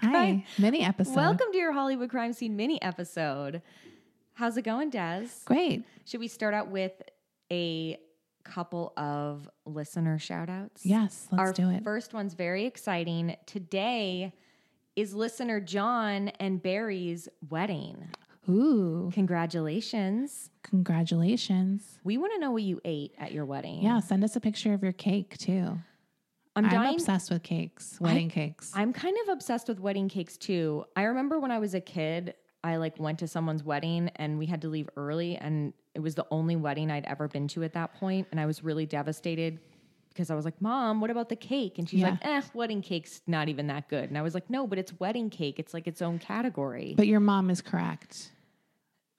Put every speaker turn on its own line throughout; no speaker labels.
Hi, mini episode.
welcome to your Hollywood crime scene mini episode. How's it going, Des?
Great.
Should we start out with a couple of listener shout outs?
Yes, let's
Our
do it.
First one's very exciting. Today is listener John and Barry's wedding.
Ooh,
Congratulations.
congratulations.
We want to know what you ate at your wedding.
Yeah, send us a picture of your cake too.
I'm
I'm,
dying.
obsessed with cakes, wedding cakes.
I'm kind of obsessed with wedding cakes too. I remember when I was a kid, I like went to someone's wedding and we had to leave early and it was the only wedding I'd ever been to at that point and I was really devastated because I was like, "Mom, what about the cake?" And she's
Yeah.
like, "Eh, wedding cake's not even that good." And I was like, "No, but it's wedding cake. It's like its own category."
but your mom is correct.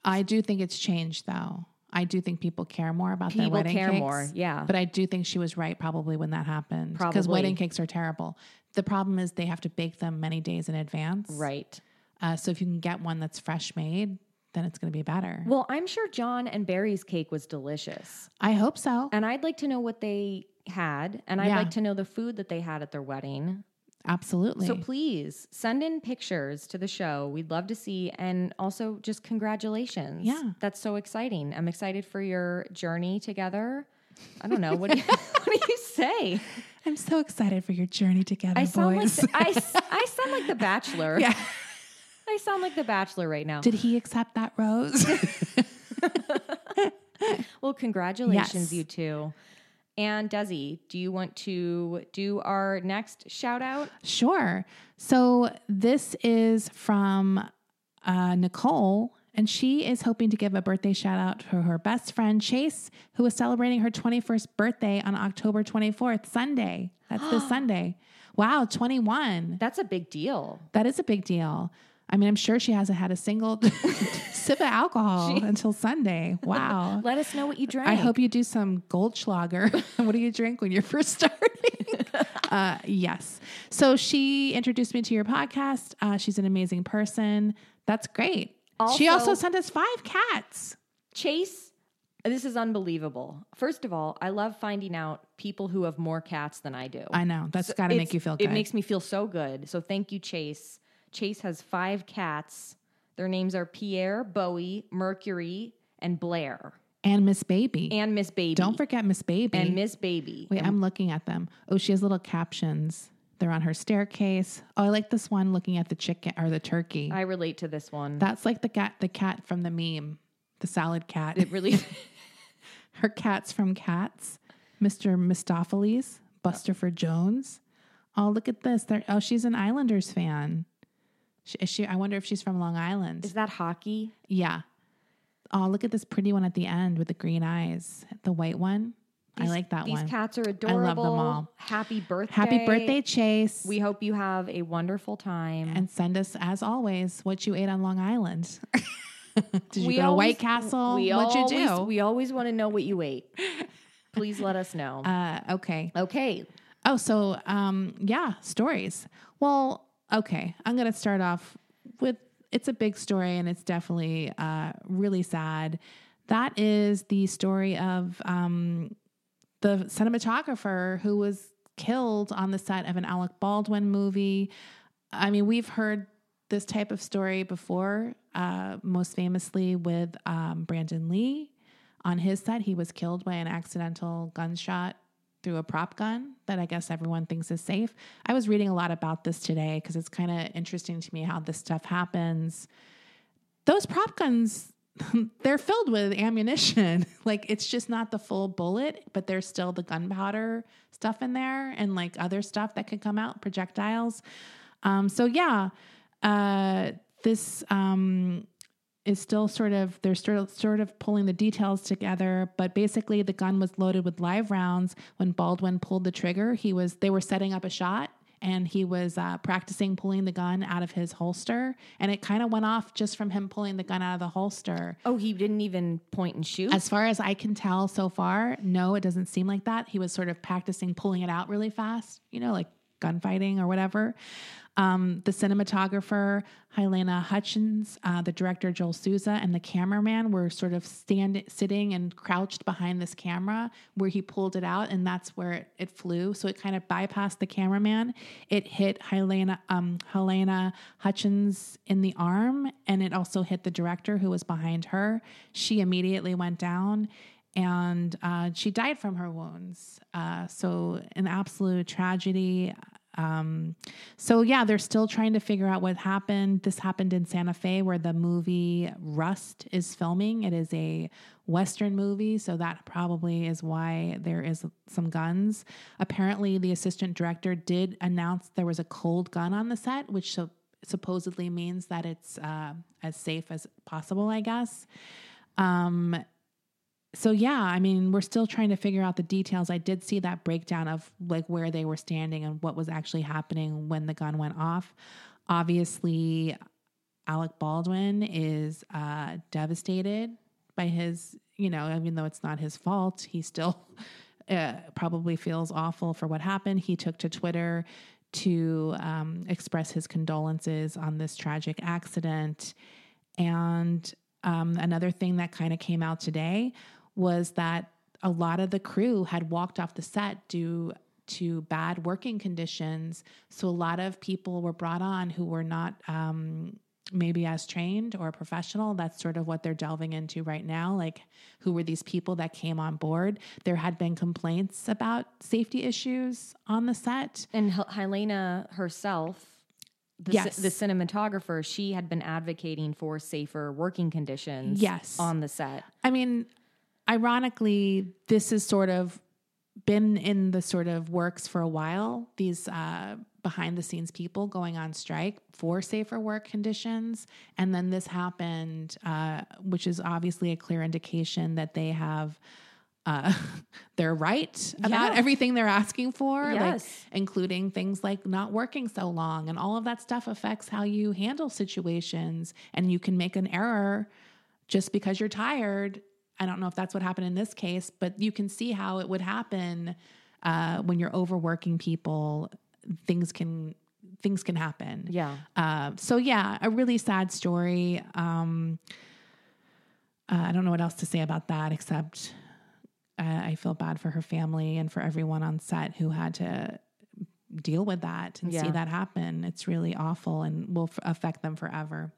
I do think it's changed though. I do think people care more about their
People
wedding
care
cakes,
more, yeah.
But I do think she was right probably when that happened. Because
Probably.
wedding cakes are terrible. The problem is they have to bake them many days in advance.
right.
Uh, so if you can get one that's fresh made, then it's going to be better.
Well, I'm sure John and Barry's cake was delicious.
I hope so.
And I'd like to know what they had and I'd
Yeah.
like to know the food that they had at their wedding.
Absolutely.
So please send in pictures to the show. We'd love to see. And also just congratulations.
Yeah.
That's so exciting. I'm excited for your journey together. I don't know. What do you, what do you say?
I'm so excited for your journey together,
I sound, like
boys.
the, I, s- I sound like The Bachelor.
yeah.
I sound like The Bachelor right now.
Did he accept that rose?
well, congratulations,
Yes.
you two. And Desi, do you want to do our next shout out?
sure. So this is from uh, Nicole, and she is hoping to give a birthday shout out to her best friend Chase, who is celebrating her 21st birthday on October 24th, Sunday. That's this Sunday. Wow, 21.
That's a big deal.
That is a big deal. I mean, I'm sure she hasn't had a single sip of alcohol until Sunday. Wow.
Let us know what you drank.
I hope you do some Goldschlager. what do you drink when you're first starting? uh, yes. So she introduced me to your podcast. Uh, she's an amazing person. That's great. she
Also-
also sent us five cats.
Chase, this is unbelievable. First of all, I love finding out people who have more cats than I do.
I know. That's got to make
It's-
you feel good.
It makes me feel so good. So thank you, Chase. Chase has five cats. Their names are Pierre, Bowie, Mercury, and Blair,
and Miss Baby.
and Miss Baby.
Don't forget Miss Baby.
and Miss Baby.
Wait, I'm looking at them. Oh, she has little captions. They're on her staircase. Oh, I like this one looking at the chicken or the turkey.
I relate to this one.
That's like the cat the cat from the meme, the salad cat.
it really.
her cats from cats, Mr. Mistopheles, Busterford Jones. Oh, look at this. They're, oh, she's an Islanders fan. She, is she, I wonder if she's from Long Island.
is that hockey?
yeah. Oh, look at this pretty one at the end with the green eyes. The white one. I like that
These
one.
cats are
I
adorable.
love them all.
Happy birthday.
Happy birthday, Chase.
We hope you have a wonderful time.
and send us, as always, what you ate on Long Island. Did you go to
always-
White Castle?
We
What'd
always,
you do?
We always want to know what you ate. Please let us know.
uh, okay.
okay.
Oh, so um, yeah, stories. Well, okay, I'm gonna start off with it's a big story and it's definitely uh, really sad. That is the story of um, the cinematographer who was killed on the set of an Alec Baldwin movie. I mean, we've heard this type of story before, uh, most famously with um, Brandon Lee. On his set, he was killed by an accidental gunshot through a prop gun that I guess everyone thinks is safe. I was reading a lot about this today because it's kind of interesting to me how this stuff happens. Those prop guns, they're filled with ammunition. like it's just not the full bullet, but there's still the gunpowder stuff in there and like other stuff that could come out, projectiles. Um, so yeah, uh, this um, is still sort of they're still sort of pulling the details together, but basically the gun was loaded with live rounds. When Baldwin pulled the trigger, he was they were setting up a shot and he was uh, practicing pulling the gun out of his holster, and it kind of went off just from him pulling the gun out of the holster.
Oh, he didn't even point and shoot.
As far as I can tell so far, no, it doesn't seem like that. He was sort of practicing pulling it out really fast, you know, like gunfighting or whatever. Um, the cinematographer, Helena Hutchins, uh, the director, Joel Souza, and the cameraman were sort of stand, sitting and crouched behind this camera where he pulled it out, and that's where it, it flew. So it kind of bypassed the cameraman. It hit Helena, um, Helena Hutchins in the arm, and it also hit the director who was behind her. She immediately went down and uh, she died from her wounds. Uh, so, an absolute tragedy. Um, so, yeah, they're still trying to figure out what happened. This happened in Santa Fe where the movie Rust is filming. It is a Western movie, so that probably is why there is some guns. Apparently, the assistant director did announce there was a cold gun on the set, which so supposedly means that it's uh, as safe as possible, I guess. Um, so yeah, I mean, we're still trying to figure out the details. I did see that breakdown of like where they were standing and what was actually happening when the gun went off. Obviously, Alec Baldwin is uh, devastated by his, you know, even though it's not his fault, he still uh, probably feels awful for what happened. He took to Twitter to um, express his condolences on this tragic accident. And um, another thing that kind of came out today was that a lot of the crew had walked off the set due to bad working conditions. So a lot of people were brought on who were not um, maybe as trained or professional. That's sort of what they're delving into right now. Like, who were these people that came on board? There had been complaints about safety issues on the set.
and Hel- Helena herself, the, ci-
Yes.
the cinematographer, she had been advocating for safer working conditions
Yes.
on the set.
I mean, ironically, this has sort of been in the sort of works for a while. These uh, behind the scenes people going on strike for safer work conditions, and then this happened, uh, which is obviously a clear indication that they have. Uh, they're right about
Yeah.
everything they're asking for,
Yes.
like including things like not working so long, and all of that stuff affects how you handle situations. And you can make an error just because you're tired. I don't know if that's what happened in this case, but you can see how it would happen uh, when you're overworking people. Things can things can happen.
Yeah.
Uh, so yeah, a really sad story. Um, uh, I don't know what else to say about that except uh, I feel bad for her family and for everyone on set who had to deal with that and see
Yeah.
that happen. It's really awful and will f- affect them forever.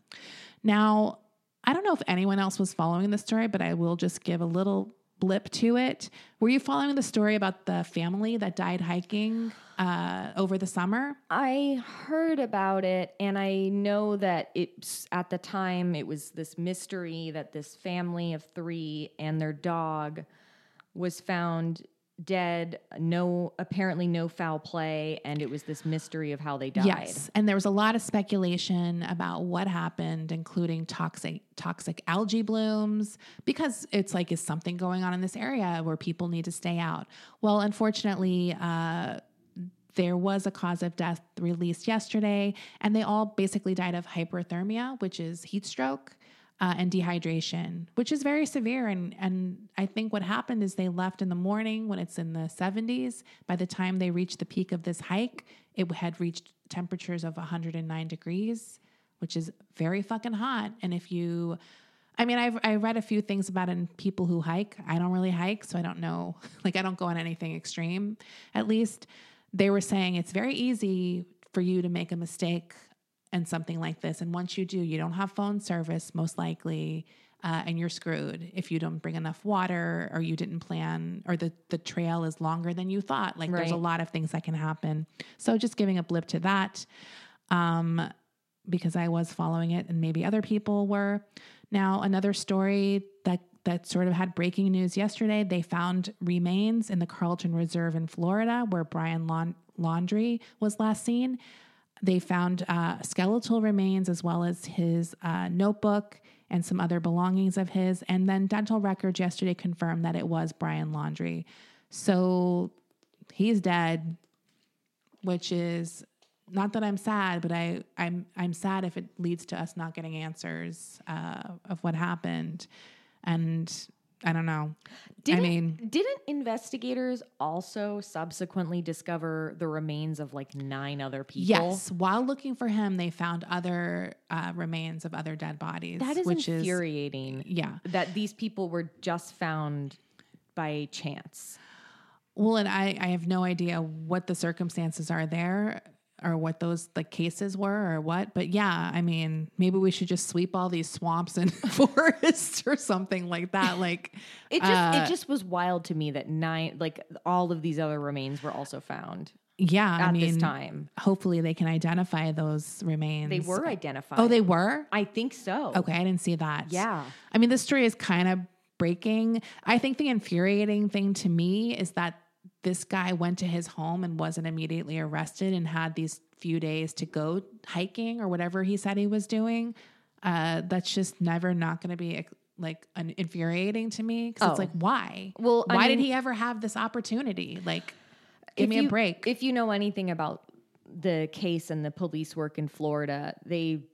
Now, I don't know if anyone else was following the story, but I will just give a little blip to it. Were you following the story about the family that died hiking uh, over the summer?
I heard about it, and I know that it's at the time it was this mystery that this family of three and their dog was found dead. No, apparently no foul play, and it was this mystery of how they died.
Yes, and there was a lot of speculation about what happened, including toxic toxic algae blooms, because it's like is something going on in this area where people need to stay out. Well, unfortunately. Uh, there was a cause of death released yesterday, and they all basically died of hyperthermia, which is heat stroke. Uh, and dehydration, which is very severe, and and I think what happened is they left in the morning when it's in the 70s. By the time they reached the peak of this hike, it had reached temperatures of 109 degrees, which is very fucking hot. And if you, I mean, I've I read a few things about it in people who hike. I don't really hike, so I don't know. Like, I don't go on anything extreme. At least they were saying it's very easy for you to make a mistake and something like this. And once you do, you don't have phone service, most likely. Uh, and you're screwed if you don't bring enough water or you didn't plan or the, the trail is longer than you thought. Like there's a
Right.
lot of things that can happen. So just giving a blip to that. Um, because I was following it and maybe other people were. Now, another story that that sort of had breaking news yesterday, they found remains in the Carlton Reserve in Florida where Brian Laun- Laundry was last seen. They found uh, skeletal remains as well as his uh, notebook and some other belongings of his. And then dental records yesterday confirmed that it was Brian Laundry. So he's dead, which is not that I'm sad, but I, I'm I'm sad if it leads to us not getting answers uh, of what happened. And I don't know.
Didn't,
I mean,
didn't investigators also subsequently discover the remains of like nine other people?
yes. While looking for him, they found other uh, remains of other dead bodies.
That is
which
infuriating.
is yeah.
That these people were just found by chance.
Well, and I, I have no idea what the circumstances are there or what those like cases were or what. But yeah, I mean, maybe we should just sweep all these swamps and forests or something like that. Like
It just
Uh,
it just was wild to me that nine like all of these other remains were also found
yeah,
at
I mean,
this time.
hopefully they can identify those remains.
They were identified.
Oh, they were.
I think so.
Okay, I didn't see that.
Yeah.
I mean, this story is kind of breaking. I think the infuriating thing to me is that this guy went to his home and wasn't immediately arrested and had these few days to go hiking or whatever he said he was doing. Uh, that's just never not going to be like an infuriating to me because it's
Oh.
like why?
Well, I
why did
mean-
he ever have this opportunity? Like, give me
you,
a break.
If you know anything about the case and the police work in Florida, they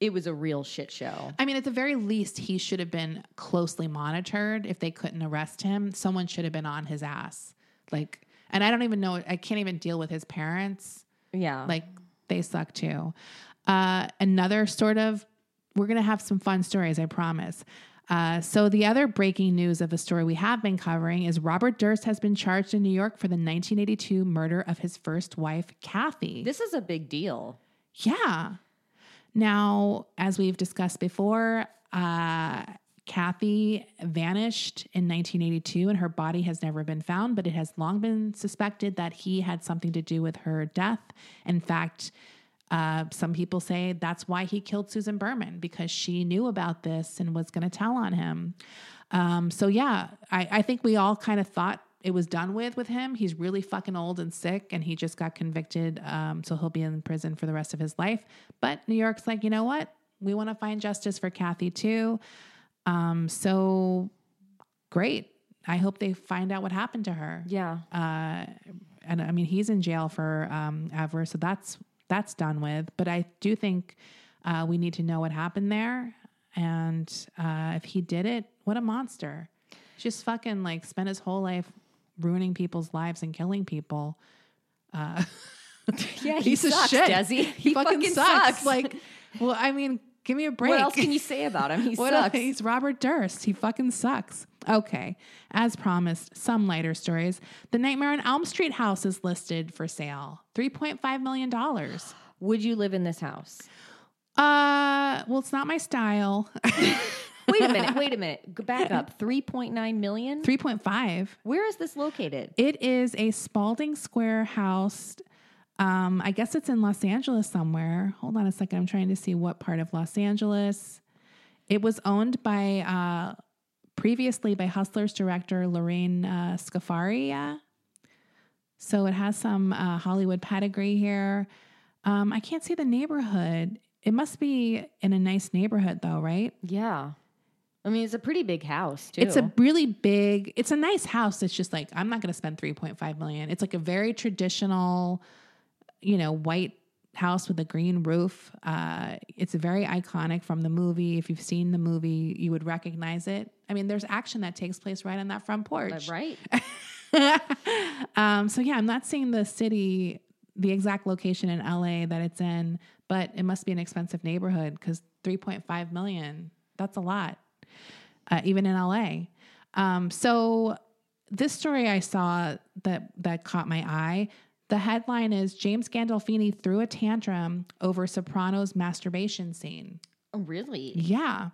it was a real shit show.
I mean, at the very least, he should have been closely monitored. If they couldn't arrest him, someone should have been on his ass. Like, and I don't even know, I can't even deal with his parents.
Yeah.
Like, they suck too. Uh, another sort of, we're going to have some fun stories, I promise. Uh, so, the other breaking news of a story we have been covering is Robert Durst has been charged in New York for the 1982 murder of his first wife, Kathy.
this is a big deal.
Yeah. Now, as we've discussed before, uh, Kathy vanished in 1982 and her body has never been found, but it has long been suspected that he had something to do with her death. In fact, uh, some people say that's why he killed Susan Berman because she knew about this and was going to tell on him. Um, so yeah, I, I think we all kind of thought it was done with with him. He's really fucking old and sick, and he just got convicted, um, so he'll be in prison for the rest of his life. But New York's like, you know what? We want to find justice for Kathy too. Um, so great. I hope they find out what happened to her.
Yeah.
Uh, and I mean, he's in jail for um, ever, so that's that's done with. But I do think uh, we need to know what happened there, and uh, if he did it, what a monster! Just fucking like spent his whole life ruining people's lives and killing people.
Yeah, he
Piece
sucks,
of shit,
Desi.
He, fucking, sucks. Like, well, I mean, give me a break.
what else can you say about him? He
What
sucks.
else? He's Robert Durst. He fucking sucks. Okay. As promised, some lighter stories. The Nightmare on Elm Street house is listed for sale. $3.5 million. Uh,
Would you live in this house?
well, it's not my style.
Wait a minute. Wait a minute. Go back up. 3.9 million?
3.5.
Where is this located?
It is a Spalding Square house. Um, I guess it's in Los Angeles somewhere. Hold on a second. I'm trying to see what part of Los Angeles. It was owned by uh, previously by Hustlers director Lorraine uh, Scafaria. So it has some uh, Hollywood pedigree here. Um, I can't see the neighborhood. It must be in a nice neighborhood though, right?
Yeah. I mean, it's a pretty big house, too.
It's a really big. It's a nice house. It's just like I'm not going to spend 3.5 million. It's like a very traditional, you know, white house with a green roof. Uh, it's very iconic from the movie. If you've seen the movie, you would recognize it. I mean, there's action that takes place right on that front porch.
right?
um, so yeah, I'm not seeing the city, the exact location in LA that it's in, but it must be an expensive neighborhood because 3.5 million, that's a lot, uh, even in LA. Um, so this story I saw that that caught my eye. The headline is James Gandolfini threw a tantrum over Sopranos masturbation scene.
Oh, really?
Yeah.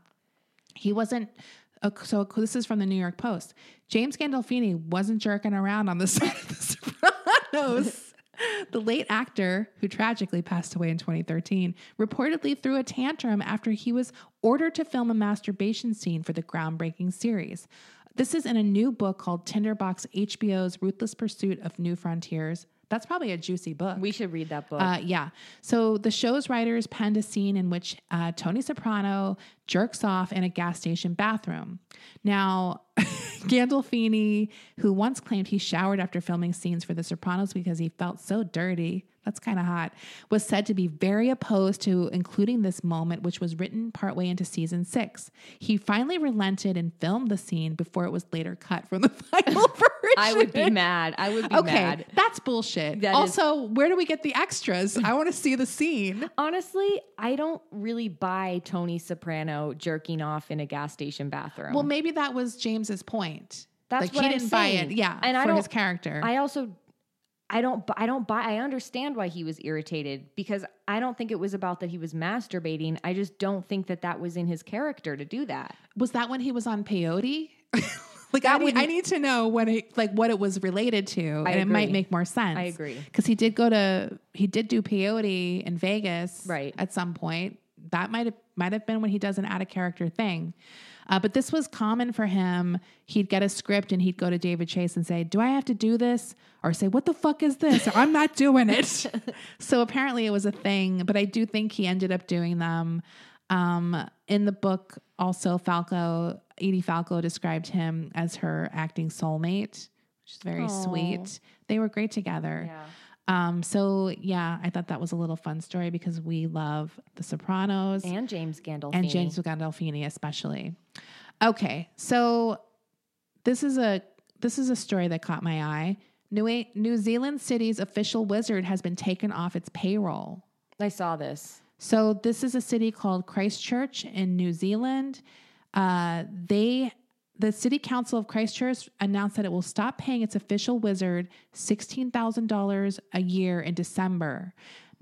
He wasn't. Uh, so this is from the New York Post. James Gandolfini wasn't jerking around on the set of The Sopranos. the late actor, who tragically passed away in 2013, reportedly threw a tantrum after he was ordered to film a masturbation scene for the groundbreaking series. This is in a new book called Tinderbox HBO's Ruthless Pursuit of New Frontiers That's probably a juicy book.
We should read that book.
Uh, yeah. So the show's writers penned a scene in which uh, Tony Soprano jerks off in a gas station bathroom. Now, Gandolfini, who once claimed he showered after filming scenes for The Sopranos because he felt so dirty, that's kind of hot, was said to be very opposed to including this moment, which was written partway into season six. He finally relented and filmed the scene before it was later cut from the final version.
I would be mad. I would be
Okay,
mad.
that's bullshit.
That is-
also, where do we get the extras? I want to see the scene.
Honestly, I don't really buy Tony Soprano jerking off in a gas station bathroom.
Well, maybe that was James's point.
That's
like
what
he
I'm
didn't
saying.
buy it. Yeah,
And
for
I
his
don't-
character.
I also I don't bu- I don't buy I understand why he was irritated because I don't think it was about that he was masturbating. I just don't think that that was in his character to do that.
was that when he was on peyote? like I, need, I need to know what it, like what it was related to, and it might
agree.
make more sense.
I agree.
because he did go to he did do peyote in Vegas,
Right.
At some point, that might have might have been when he does an out of character thing. Uh, but this was common for him. He'd get a script and he'd go to David Chase and say, "Do I have to do this?" Or say, "What the fuck is this?" Or, "I'm not doing it." so apparently, it was a thing. But I do think he ended up doing them. Um, in the book, also Falco, Edie Falco described him as her acting soulmate, which is very sweet. They were great together. Um, so yeah, I thought that was a little fun story because we love The Sopranos and,
And James Gandolfini.
James Gandolfini especially. Okay, so this is a this is a story that caught my eye. New New Zealand City's official wizard has been taken off its payroll.
I saw this.
So this is a city called Christchurch in New Zealand. Uh, they the city council of Christchurch announced that it will stop paying its official wizard sixteen thousand dollars a year in December.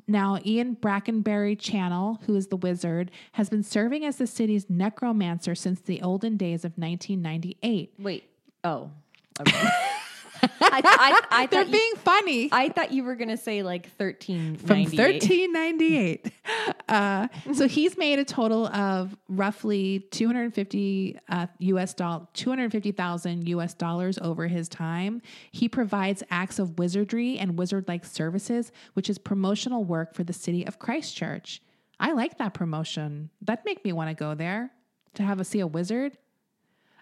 Now, Ian Brackenberry Channel, who is the wizard, has been serving as the city's necromancer since the olden days of 1998.
Wait. Oh. Okay. I, I, I
They're
thought you,
being funny.
I thought you were going to say like 13
from 1398. Uh, so he's made a total of roughly 250 uh, US doll 250,000 US dollars over his time. He provides acts of wizardry and wizard-like services, which is promotional work for the city of Christchurch. I like that promotion. That make me want to go there to have a see a wizard.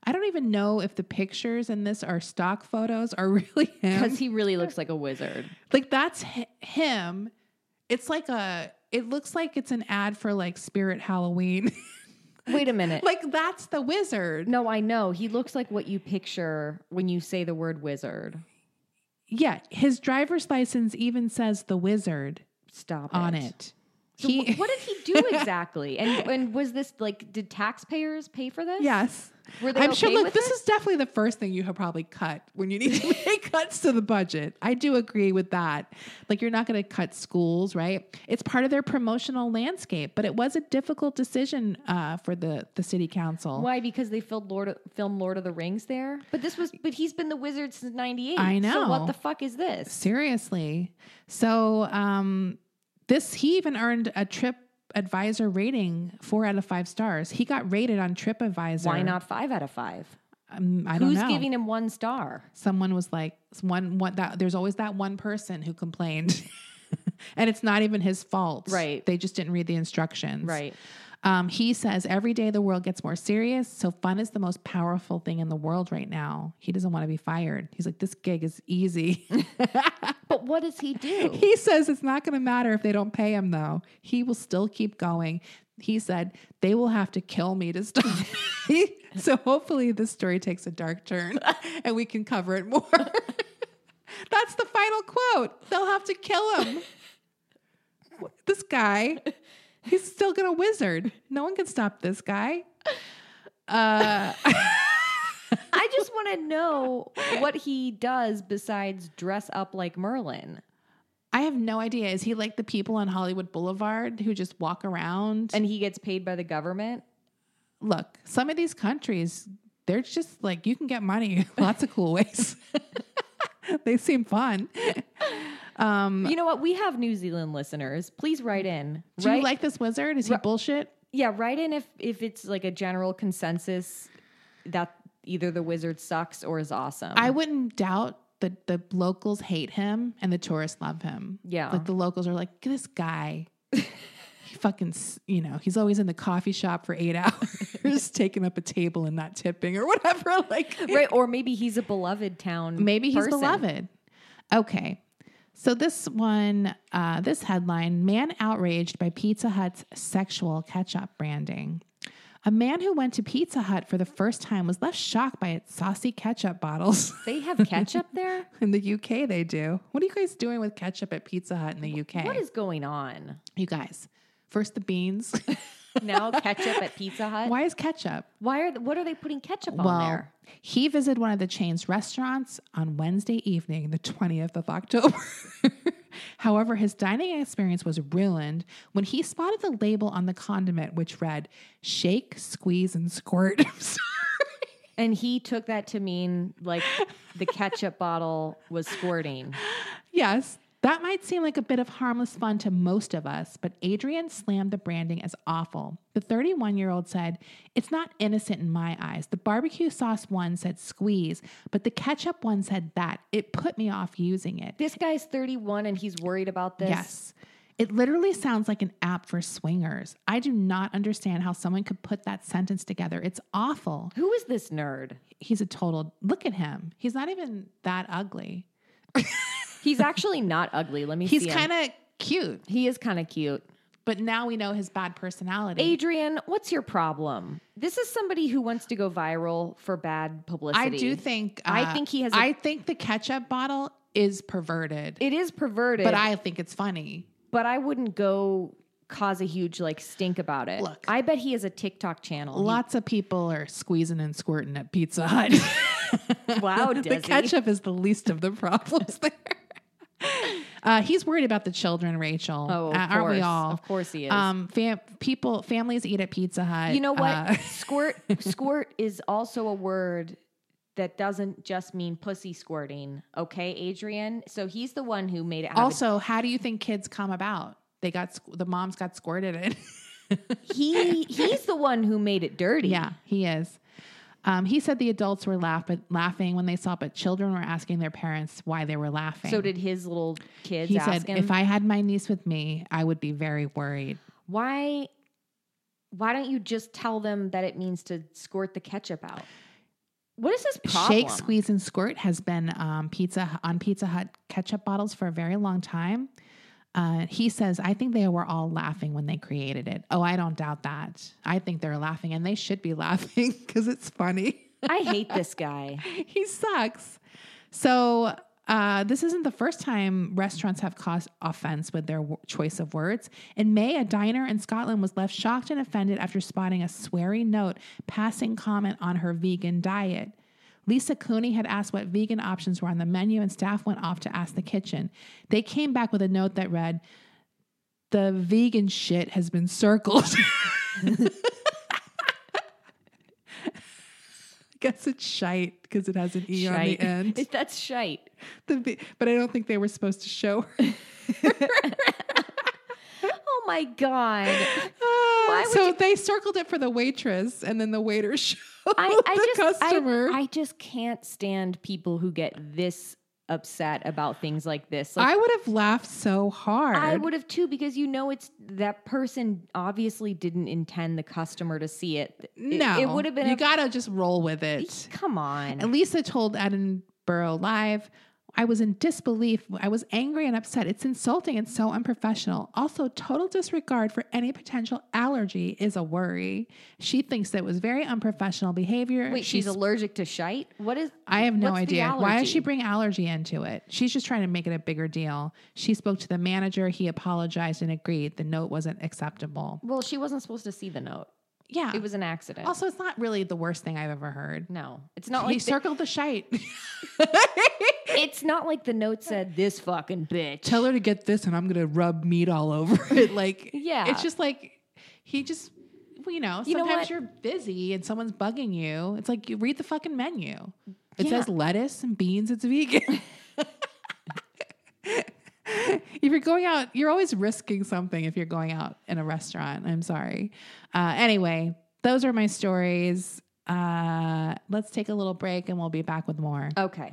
I don't even know if the pictures in this are stock photos or really him
cuz he really looks like a wizard.
like that's hi- him it's like a it looks like it's an ad for like spirit halloween
Wait a minute.
like that's the wizard
no, I know. He looks like what you picture when you say the word wizard.
yeah his driver's license even says the wizard
Stop it.
on it
So
He-
wh- what did he do exactly? And and was this like did taxpayers pay for this?
yes
Were they
i'm sure
okay
look
with
this
it?
is definitely the first thing you have probably cut when you need to make cuts to the budget i do agree with that like you're not going to cut schools right it's part of their promotional landscape but it was a difficult decision uh, for the the city council
Why? Because they filled Lord of, filmed Lord of the Rings there. But this was but he's been the wizard since 98. So
I know.
what the fuck is this?
Seriously. So um this he even earned a trip advisor rating four out of five stars. He got rated on TripAdvisor.
Why not 5 out of 5?
Um, I don't
Who's
know.
giving him 1 star?
Someone was like one one that there's always that one person who complained. and it's not even his fault.
Right.
They just didn't read the instructions. Um, he says every day the world gets more serious, so fun is the most powerful thing in the world right now. He doesn't want to be fired. He's like, this gig is easy.
But what does he do?
He says it's not going to matter if they don't pay him, though. He will still keep going. He said they will have to kill me to stop. me." so hopefully, this story takes a dark turn and we can cover it more. That's the final quote. They'll have to kill him. This guy, he's still going to wizard. No one can stop this guy. Uh,
I just want to know what he does besides dress up like Merlin
I have no idea. Is he like the people on Hollywood Boulevard who just walk around?
and he gets paid by the government.
look, some of these countries, they're just like you can get money lots of cool ways. they seem fun. Um,
You know what? We have New Zealand listeners. Please write in.
do
right?
you like this wizard? Is he bullshit?
Yeah, write in if if it's like a general consensus that either the wizard sucks or is awesome.
I wouldn't doubt the the locals hate him and the tourists love him.
Yeah.
Like the locals are like, this guy. He fucking, s- you know, he's always in the coffee shop for eight hours, taking up a table and not tipping or whatever. Like,
right. Or maybe he's a beloved town.
Maybe he's
person.
beloved. Okay. So this one, uh, this headline Man outraged by Pizza Hut's sexual ketchup branding. A man who went to Pizza Hut for the first time was left shocked by its saucy ketchup bottles.
They have ketchup there.
in the UK, they do. What are you guys doing with ketchup at Pizza Hut in the UK?
What is going on
you guys? First the beans.
now? Ketchup at Pizza Hut. Why,
Why is ketchup?
are th- what are they putting ketchup on
Well,
there?
he visited one of the chain's restaurants on Wednesday evening, the 20th of October. However, his dining experience was ruined when he spotted the label on the condiment, which read shake, squeeze, and squirt. I'm sorry.
And he took that to mean like the ketchup bottle was squirting.
yes, that might seem like a bit of harmless fun to most of us, but Adrian slammed the branding as awful. The 31 year old said, It's not innocent in my eyes. The barbecue sauce one said squeeze, but the ketchup one said that. It put me off using it.
This guy's 31 and he's worried about this.
Yes. It literally sounds like an app for swingers. I do not understand how someone could put that sentence together. It's awful.
Who is this nerd?
He's a total look at him. He's not even that ugly.
He's actually not ugly. Let me
He's
see.
kind of cute,
He is kind of cute.
but now we know his bad personality.
Adrian, what's your problem? This is somebody who wants to go viral for bad
I
publicity.
do think uh,
I think he has a-
I think the ketchup bottle is perverted,
it is perverted,
but I think it's funny.
but I wouldn't go cause a huge like stink about it.
Look.
I bet he has a TikTok channel. He-
Lots of people are squeezing and squirting at Pizza Hut.
wow,
the
Oh, Desi.
ketchup is the least of the problems there. Uh, he's worried about the children, Rachel.
Oh, of
Uh, aren't we
course.
all?
Of course he is.
Um, fam- people, families eat at Pizza Hut.
You know what?
Uh,
squirt squirt is also a word that doesn't just mean pussy squirting, okay, Adrian? So he's the one who made it have a
also, how do you think kids come about? They got squ- the moms got squirted in.
Mm-hmm. he he's the one who made it dirty.
yeah, he is. Um, he said the adults were laugh- laughing when they saw, but children were asking their parents why they were laughing.
So did his little kids
he
ask
said,
him
"If I had my niece with me, I would be very worried."
why why don't you just tell them that it means to squirt the ketchup out? What is this problem?
Shake, squeeze, and squirt has been um, pizza on Pizza Hut ketchup bottles for a very long time. Uh, he says, "I think they were all laughing when they created it." Oh, I don't doubt that. I think they're laughing, and they should be laughing because it's funny.
I hate this guy.
he sucks. So. Uh, this isn't the first time restaurants have caused offense with their w- choice of words. In May, a diner in Scotland was left shocked and offended after spotting a sweary note passing comment on her vegan diet. Lisa Cooney had asked what vegan options were on the menu, and staff went off to ask the kitchen. They came back with a note that read, The vegan shit has been circled. I guess it's shite because it has an E on the
Shite.
end.
That's shite.
The vi- but I don't think they were supposed to show her.
Oh my god. would
so they circled it for the waitress, and then the waiter showed
I,
the
I just I-
customer.
I, just can't stand people who get this upset about things like this. Like,
I would have laughed so hard.
I would have too because you know it's that person obviously didn't intend the customer to see it. It-
No,
it, would have been.
You
a-
gotta just roll with it.
come on.
And Lisa told Edinburgh Live, I was in disbelief. I was angry and upset. It's insulting and so unprofessional. Also, total disregard for any potential allergy is a worry. She thinks that it was very unprofessional behavior.
Wait, she's, allergic to shite. What is?
I have no
what's the
idea. Why does she
allergy?
bring allergy into it? She's just trying to make it a bigger deal. She spoke to the manager. He apologized and agreed the note wasn't acceptable.
Well, she wasn't supposed to see the note.
Yeah.
It was an accident.
also, it's not really the worst thing I've ever heard.
no, it's not
he
like the-
circled the shite.
it's not like the note said this fucking bitch.
Tell her to get this and I'm going to rub meat all over it. Like,
Yeah.
It's just like, he just, well, you know, sometimes
You know what?
you're busy and someone's bugging you. It's like, you read the fucking menu. It
Yeah.
says lettuce and beans. It's vegan. if you're going out, you're always risking something if you're going out in a restaurant. I'm sorry. Uh, anyway, those are my stories. Uh, let's take a little break and we'll be back with more.
Okay.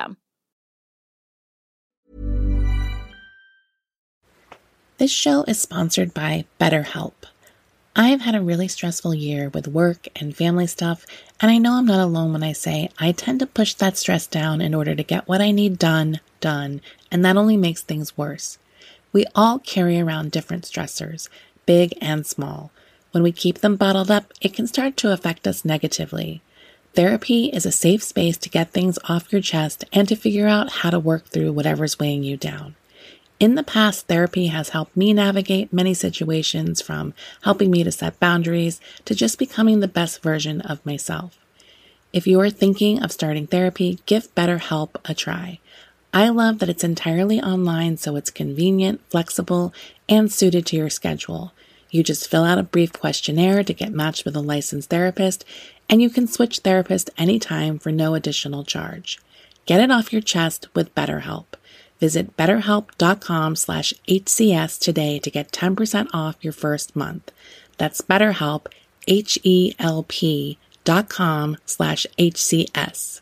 This show is sponsored by BetterHelp. I've had a really stressful year with work and family stuff, and I know I'm not alone when I say I tend to push that stress down in order to get what I need done, done, and that only makes things worse. We all carry around different stressors, big and small. When we keep them bottled up, it can start to affect us negatively. Therapy is a safe space to get things off your chest and to figure out how to work through whatever's weighing you down. In the past, therapy has helped me navigate many situations from helping me to set boundaries to just becoming the best version of myself. If you are thinking of starting therapy, give BetterHelp a try. I love that it's entirely online, so it's convenient, flexible, and suited to your schedule. You just fill out a brief questionnaire to get matched with a licensed therapist, and you can switch therapist anytime for no additional charge. Get it off your chest with BetterHelp. Visit betterhelp.com slash HCS today to get 10% off your first month. That's betterhelp, H-E-L-P dot com slash HCS.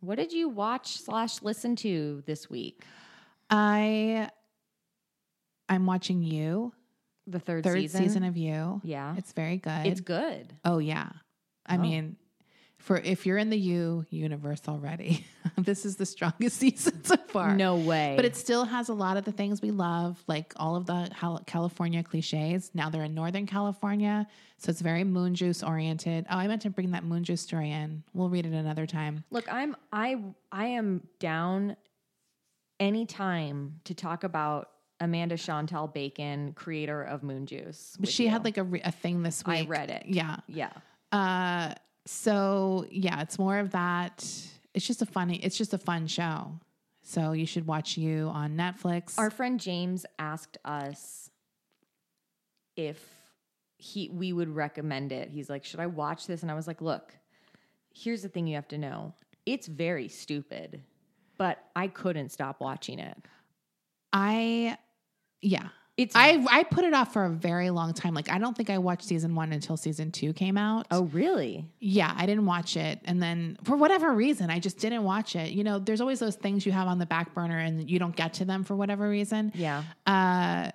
what did you watch slash listen to this week?
I I'm watching you.
The third,
Third season, of you.
Yeah.
It's very good.
It's good.
Oh yeah. I
Oh.
mean, for if you're in the U universe already, this is the strongest season so far.
No way.
But it still has a lot of the things we love, like all of the Hal- California cliches. Now they're in Northern California, so it's very moon juice oriented. Oh, I meant to bring that moon juice story in. We'll read it another time.
Look, I'm I I am down any time to talk about Amanda Chantel Bacon, creator of Moon Juice.
But
with
she
you.
had like a, re- a thing this
I
week.
read it.
Yeah.
yeah.
Uh, so yeah, it's more of that. It's just a funny. It's just a fun show. So you should watch you on Netflix.
Our friend James asked us if he we would recommend it. He's like, "Should I watch this?" And I was like, "Look, here's the thing you have to know. It's very stupid, but I couldn't stop watching it.
I yeah.
It's
I I put it off for a very long time. Like I don't think I watched season one until season two came out.
Oh, really?
yeah, I didn't watch it, and then for whatever reason, I just didn't watch it. You know, there's always those things you have on the back burner and you don't get to them for whatever reason.
Yeah.
Uh,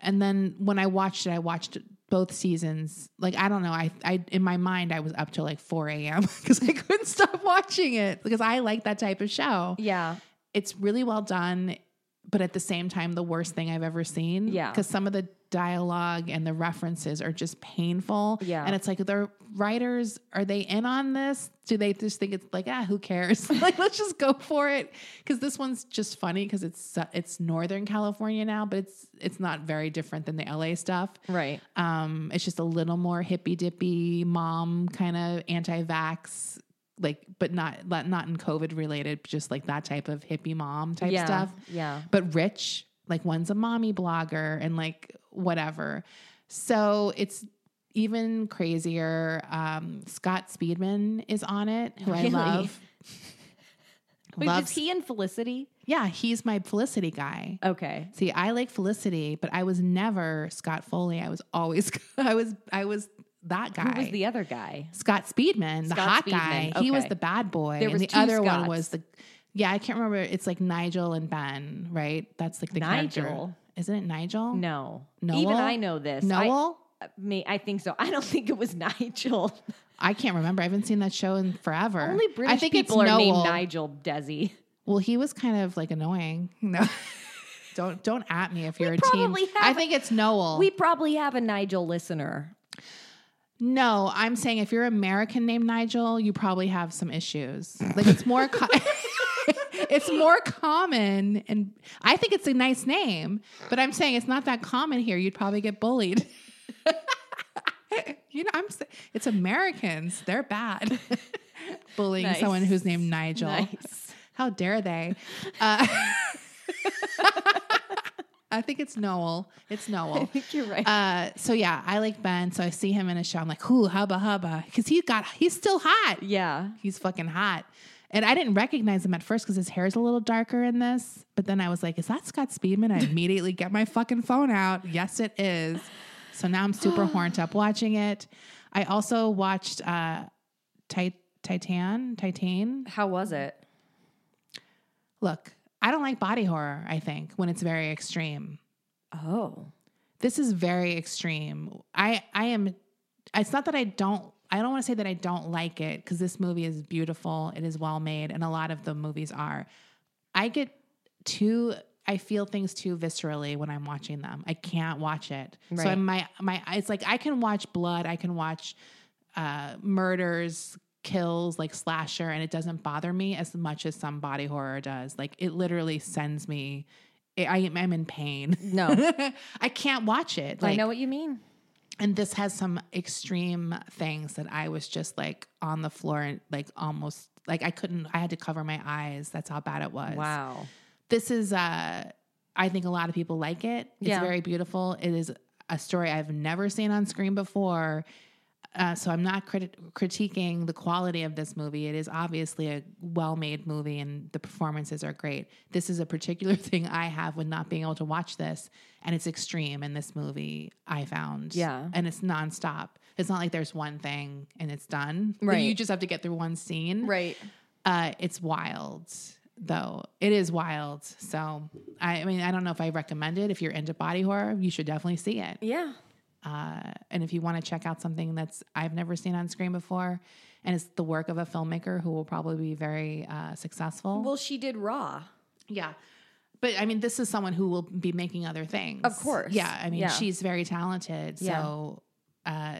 and then when I watched it, I watched both seasons. Like I don't know, I I in my mind I was up till like 4 a.m. because I couldn't stop watching it because I like that type of show.
Yeah.
It's really well done. but at the same time, the worst thing I've ever seen.
Yeah.
Because some of the dialogue and the references are just painful.
Yeah.
And it's like, the writers, are they in on this? Do they just think it's like, ah, who cares? like, let's just go for it. Because this one's just funny because it's su- it's Northern California now, but it's it's not very different than the LA stuff.
Right.
Um, it's just a little more hippy dippy mom kind of anti-vax, like, but not not not in COVID related, just like that type of hippie mom type
yeah.
stuff.
Yeah.
But rich, like one's a mommy blogger and like whatever. So it's even crazier. Um, Scott Speedman is on it, who I
Really?
love.
Wait,
Loves-
is he in Felicity?
yeah, he's my Felicity guy.
Okay.
See, I like Felicity, but I was never Scott Foley. I was always I was I was that guy.
Who was the other guy?
Scott Speedman, the
Scott
hot
Speedman,
guy. He was
okay.
the bad boy.
There
and
was
the
two
other one
Scots.
was the yeah, I can't remember. It's like Nigel and Ben, right? That's like the character.
Nigel?
Isn't it Nigel?
No.
Noel?
Even I know this.
Noel?
I, me, I think so. I don't think it was Nigel.
I, can't remember. I haven't seen that show in forever.
Only British
I think
people
it's
are named
Noel.
Nigel Desi.
Well, he was kind of like annoying. No. don't don't at me if you're a teen.
probably
I
have-
think it's Noel.
We probably have a Nigel listener.
No, I'm saying if you're American named Nigel, you probably have some issues. Like it's more co- it's more common and I think it's a nice name, but I'm saying it's not that common here. You'd probably get bullied. you know, I'm sa- it's Americans. They're bad. Bullying
Nice.
someone who's named Nigel.
Nice.
How dare they? Uh, I think it's Noel. It's Noel.
think you're right.
Uh, so yeah, I like Ben. So I see him in a show. I'm like, ooh, hubba hubba, because he got he's still hot.
yeah.
He's fucking hot. And I didn't recognize him at first because his hair's a little darker in this. But then I was like, is that Scott Speedman? I immediately get my fucking phone out. Yes, it is. So now I'm super horned up watching it. I also watched uh, Ti- Titan. Titan.
How was it?
Look, I don't like body horror. I think when it's very extreme.
Oh.
this is very extreme. I I am it's not that I don't I don't want to say that I don't like it because this movie is beautiful. It is well made and a lot of the movies are. I get too I feel things too viscerally when I'm watching them. I can't watch it. So
Right.
I'm, my my it's like I can watch blood, I can watch uh murders, kills, like slasher and it doesn't bother me as much as some body horror does. Like it literally sends me I am I'm in pain.
No.
I can't watch it. Like,
I know what you mean.
and this has some extreme things that I was just like on the floor, and like almost like I couldn't. I had to cover my eyes. That's how bad it was.
Wow.
This is. uh I think a lot of people like it. It's
Yeah.
very beautiful. It is a story I've never seen on screen before. Uh, so I'm not crit- critiquing the quality of this movie. It is obviously a well-made movie, and the performances are great. This is a particular thing I have with not being able to watch this, and it's extreme in this movie. I found,
Yeah.
and it's nonstop. It's not like there's one thing and it's done.
Right.
you just have to get through one scene.
Right.
Uh, it's wild, though. It is wild. So I, I mean, I don't know if I recommend it. If you're into body horror, you should definitely see it.
Yeah.
Uh, and if you want to check out something that's I've never seen on screen before, and it's the work of a filmmaker who will probably be very uh, successful.
Well, she did Raw.
yeah. But I mean, this is someone who will be making other things.
Of course.
Yeah. I mean,
Yeah.
she's very talented.
Yeah.
So, uh,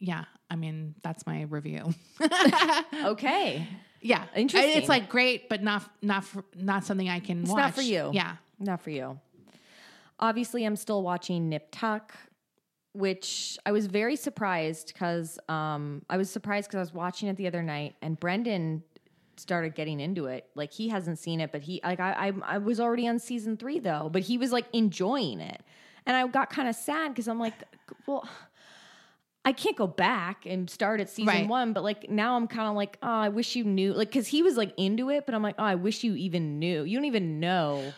yeah. I mean, that's my review.
Okay.
yeah.
Interesting.
It's like great, but not, not, for, not something I can watch.
not for you.
Yeah.
Not for you. Obviously, I'm still watching Nip Tuck, which I was very surprised because um, I was surprised because I was watching it the other night and Brendan started getting into it. Like he hasn't seen it, but he like I I, I was already on season three though, but he was like enjoying it, and I got kind of sad because I'm like, well. I can't go back and start at season
Right.
one, but like now I'm kind of like, oh, I wish you knew, like, because he was like into it, but I'm like, oh, I wish you even knew. You don't even know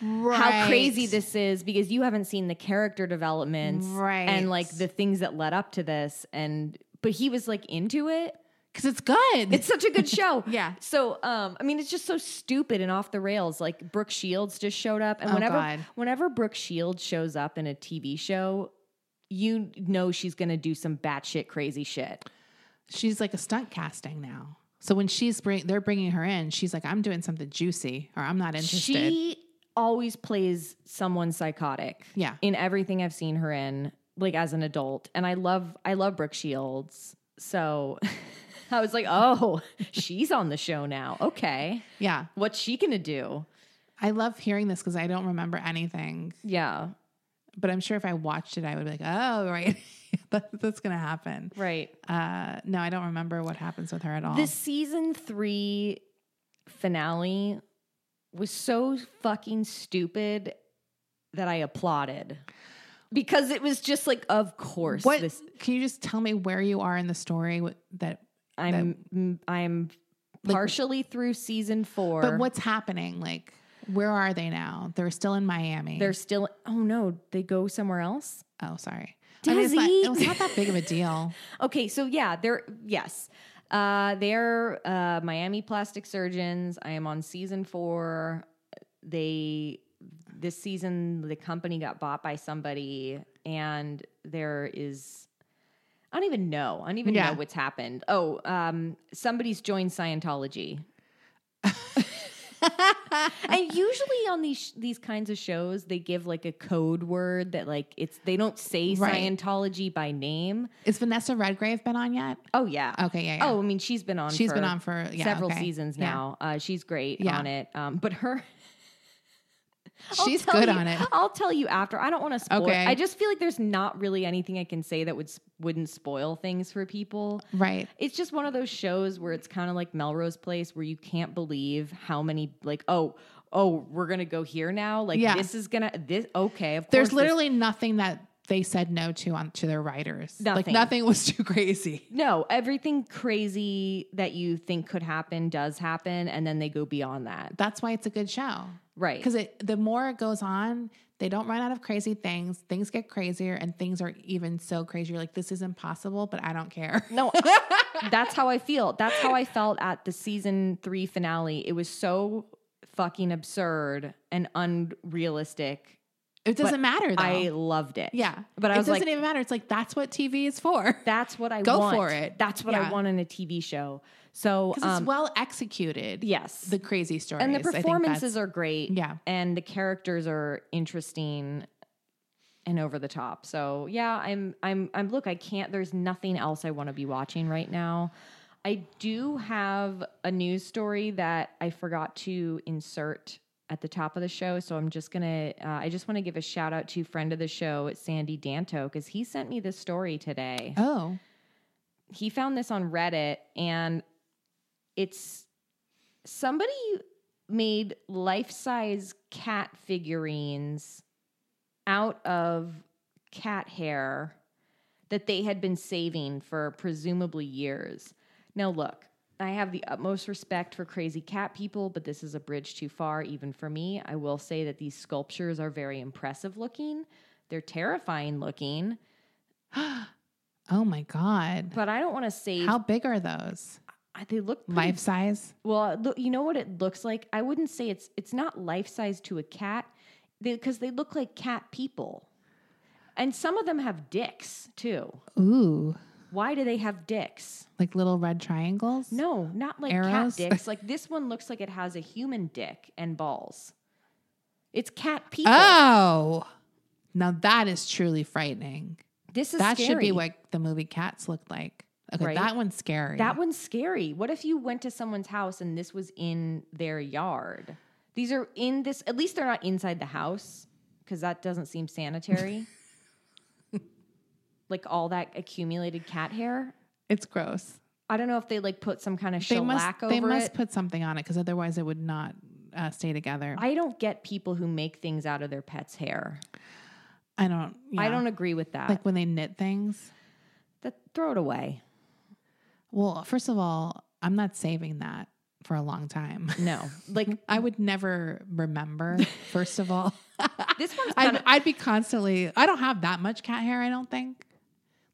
how crazy this is because you haven't seen the character developments
Right.
and like the things that led up to this and but he was like into it
Because it's good.
it's such a good show
Yeah.
so um i mean it's just so stupid and off the rails like brooke shields just showed up and
Oh,
whenever
God.
whenever brooke shields shows up in a tv show you know she's gonna do some batshit crazy shit
she's like a stunt casting now. So when she's bring, they're bringing her in, she's like, I'm doing something juicy, or I'm not interested.
She always plays someone psychotic.
Yeah.
In everything I've seen her in, like as an adult. And I love I love Brooke Shields. So I was like, oh, she's on the show now. Okay.
Yeah.
What's she gonna do?
I love hearing this because I don't remember anything,
Yeah.
but I'm sure if I watched it, I would be like, oh, right. that, that's going to happen.
Right.
Uh, no, I don't remember what happens with her at all.
The season three finale was so fucking stupid that I applauded because it was just like, of course,
what
this.
can you just tell me where you are in the story with- that
I'm mm, I'm partially through season four.
but what's happening like where are they now they're still in miami
They're still. Oh no, they go somewhere else.
oh sorry I mean, it's not-
Dizzy.
it was not that big of a deal
Okay, so yeah, they're yes. Uh, they're uh, Miami plastic surgeons. I am on season four. They this season the company got bought by somebody, and there is I don't even know. I don't even
Yeah.
know what's happened. Oh, um, somebody's joined Scientology. and usually on these sh- these kinds of shows, they give like a code word that like it's they don't say
Right.
Scientology by name.
is vanessa redgrave been on yet
Oh yeah.
Okay, yeah, yeah.
Oh, I mean, she's been on.
She's
She's
been on for- yeah,
several
okay.
seasons
Yeah.
now. Uh, she's great
Yeah.
on it. Um, but her, I'll
she's
tell
good
you-
on it
I'll tell you after. I don't want to spoil.
Okay.
I just feel like there's not really anything I can say that would s- wouldn't spoil things for people.
right
It's just one of those shows where it's kind of like Melrose Place, where you can't believe how many like oh oh we're gonna go here now. Like
Yeah.
this is gonna this okay. Of course
there's
this-
literally nothing that they said no to on to their writers like
Nothing.
nothing was too crazy
No, everything crazy that you think could happen does happen, and then they go beyond that.
that's why it's a good show
Right.
because it the more it goes on they don't run out of crazy things things get crazier and things are even so crazy you're like this is impossible but i don't care
No, that's how I feel. That's how I felt at the season three finale. It was so fucking absurd and unrealistic.
it doesn't
but
matter though.
I loved it.
yeah
But I
it
was
doesn't
like,
even matter it's like that's what tv is for
that's what I
Go
want.
for it.
That's what
Yeah.
I want in a TV show. So,
because
um,
it's well executed
yes.
the crazy stories
and the
I think that's-
performances are great.
Yeah.
And the characters are interesting and over the top. So yeah, I'm I'm I'm look, I can't there's nothing else I want to be watching right now. I do have a news story that I forgot to insert at the top of the show, so I'm just gonna. Uh, I just want to give a shout out to friend of the show, Sandy Danto, because he sent me this story today
oh
he found this on Reddit and it's somebody made life-size cat figurines out of cat hair that they had been saving for presumably years. Now look, I have the utmost respect for crazy cat people, but this is a bridge too far even for me. I will say that these sculptures are very impressive looking. They're terrifying looking,
oh my god
but I don't want to save
how big are those
I- they look pretty
life size
Well, it loo- you know what it looks like. I wouldn't say it's it's not life size to a cat because they look like cat people, and some of them have dicks too.
ooh
Why do they have dicks?
like little red triangles
No, not like
Arrows?
cat dicks. Like this one looks like it has a human dick and balls. It's cat people.
oh now that is truly frightening
this is
that should be
scary.
what the movie Cats looked like. Okay,
Right?
that one's scary.
That one's scary. What if you went to someone's house and this was in their yard? These are in this, at least they're not inside the house because that doesn't seem sanitary. like all that accumulated cat hair.
it's gross.
I don't know if they like put some kind of
They
shellac
must they
over
must
it.
put something on it because otherwise it would not uh, stay together. I,
I don't get people who make things out of their pet's hair.
don't. yeah.
I don't agree with that.
like when they knit things.
that throw it away.
Well, first of all, I'm not saving that for a long time.
No, like
I would never remember. First of all,
this one's kind
I'd,
of
I'd be constantly. I don't have that much cat hair. I don't think.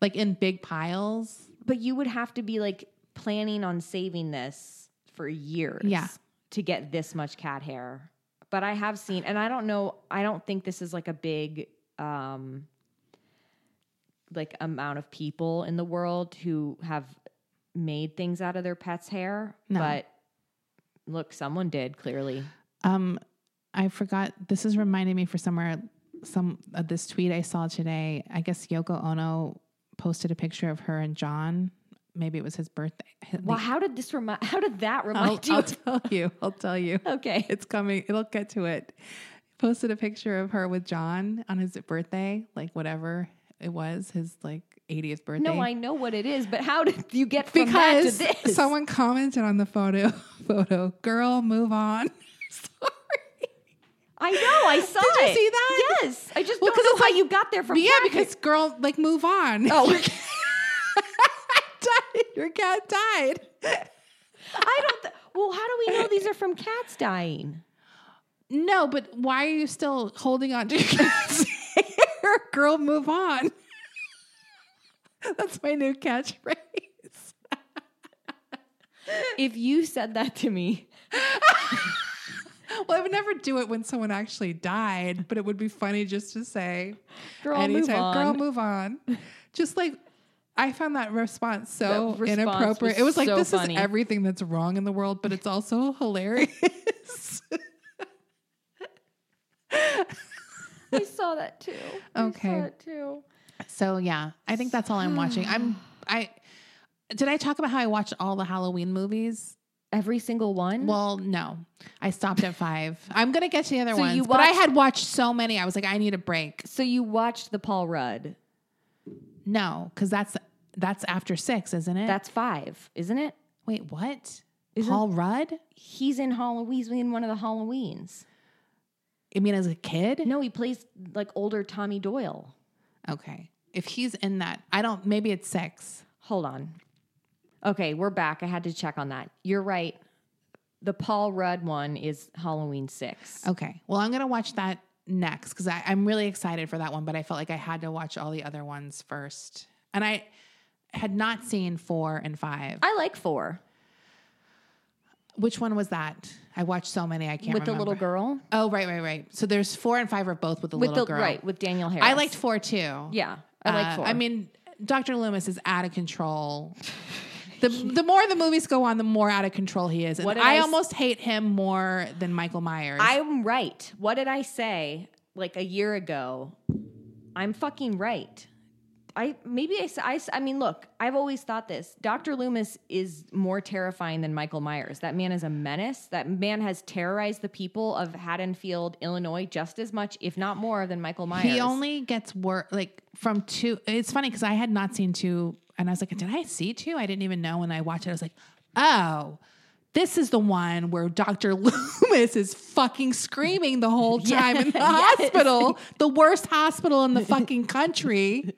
Like in big piles.
But you would have to be like planning on saving this for years
Yeah.
to get this much cat hair. But I have seen, and I don't know, I don't think this is like a big um like amount of people in the world who have made things out of their pet's hair.
No.
But look, someone did clearly.
Um, I forgot. This is reminding me for somewhere some of this tweet I saw today. I guess Yoko Ono posted a picture of her and John. Maybe it was his birthday.
Well, how did this remind? How did that
I'll,
remind you?
I'll tell you. I'll tell you.
Okay.
It's coming. It'll get to it. Posted a picture of her with John on his birthday, like whatever it was, his like 80th birthday.
no, I know what it is, but how did you get from
because
that to this?
someone commented on the photo photo girl move on sorry
I know, I saw
Did you
it.
see that?
Yes, I just
Well,
don't
'cause
know
it's
how
like-
you got there from.
yeah
traffic.
because girl like move on
Oh.
your cat, your cat died
I don't. Th- well, how do we know these are from cats dying?
no but why are you still holding on to your cat's hair girl move on that's my new catchphrase
If you said that to me,
well i would never do it when someone actually died but it would be funny just to say
girl, move
anytime.
on.
Girl, move on. Just like I found that response so
That response
inappropriate.
was
it was like
so
this
funny.
is everything that's wrong in the world, but it's also hilarious.
I saw that too. I
Okay.
saw it too.
so yeah, I think that's all I'm watching. I'm I did I talk about how I watched all the Halloween movies?
Every single one.
Well, no. I stopped at five. I'm gonna get to the other
So
ones.
you
but I
watched-
had watched so many. I was like, I need a break.
so you watched the Paul Rudd.
No, because that's that's after six, isn't it?
That's five, isn't it?
wait, what?
Isn't-
Paul Rudd?
He's in Halloween. He's in one of the Halloweens.
I mean as a kid?
No, he plays like older Tommy Doyle.
Okay. If he's in that, I don't, maybe it's six.
Hold on. Okay, we're back. I had to check on that. You're right. The Paul Rudd one is Halloween six.
Okay. Well, I'm going to watch that next because I'm really excited for that one, but I felt like I had to watch all the other ones first. And I had not seen four and five.
I like four
Which one was that? I watched so many, I can't
with the little
remember.
girl.
Oh, right, right, right. So there's four and five are both with the
With
little
the
girl.
right with Daniel Harris.
I liked four too.
Yeah, I like
Uh,
four.
I mean, Dr. Loomis is out of control. The, the more the movies go on, the more out of control he is. And
What did I
I,
s-
almost hate him more than Michael Myers.
I'm right. What did I say like a year ago? I'm fucking right. I maybe I, s- I s- I mean look, I've always thought this. Dr. Loomis is more terrifying than Michael Myers. That man is a menace. That man has terrorized the people of Haddonfield, Illinois just as much, if not more than Michael Myers.
he only gets worse, like from two. It's funny because I had not seen two, and I was like, did I see two? I didn't even know when I watched it. I was like, oh. This is the one where Dr. Loomis is fucking screaming the whole time in the hospital, the worst hospital in the fucking country.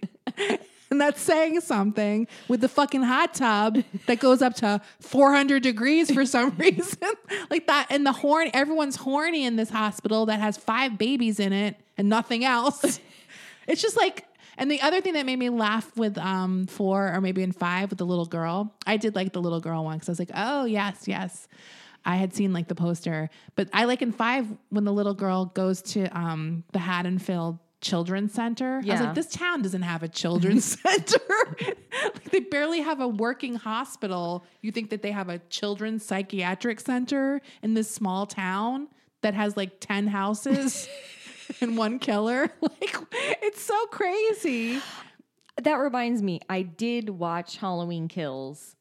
and that's saying something with the fucking hot tub that goes up to 400 degrees for some reason like that and the horn everyone's horny in this hospital that has five babies in it and nothing else it's just like and the other thing that made me laugh with um four or maybe in five with the little girl i did like the little girl one because i was like oh yes yes I had seen like the poster, but I like in five when the little girl goes to um the Haddonfield Children's Center. I was
Yeah.
like, this town doesn't have a children's center. like they barely have a working hospital. You think that they have a children's psychiatric center in this small town that has like 10 houses and one killer? Like it's so crazy.
that reminds me, I did watch Halloween Kills.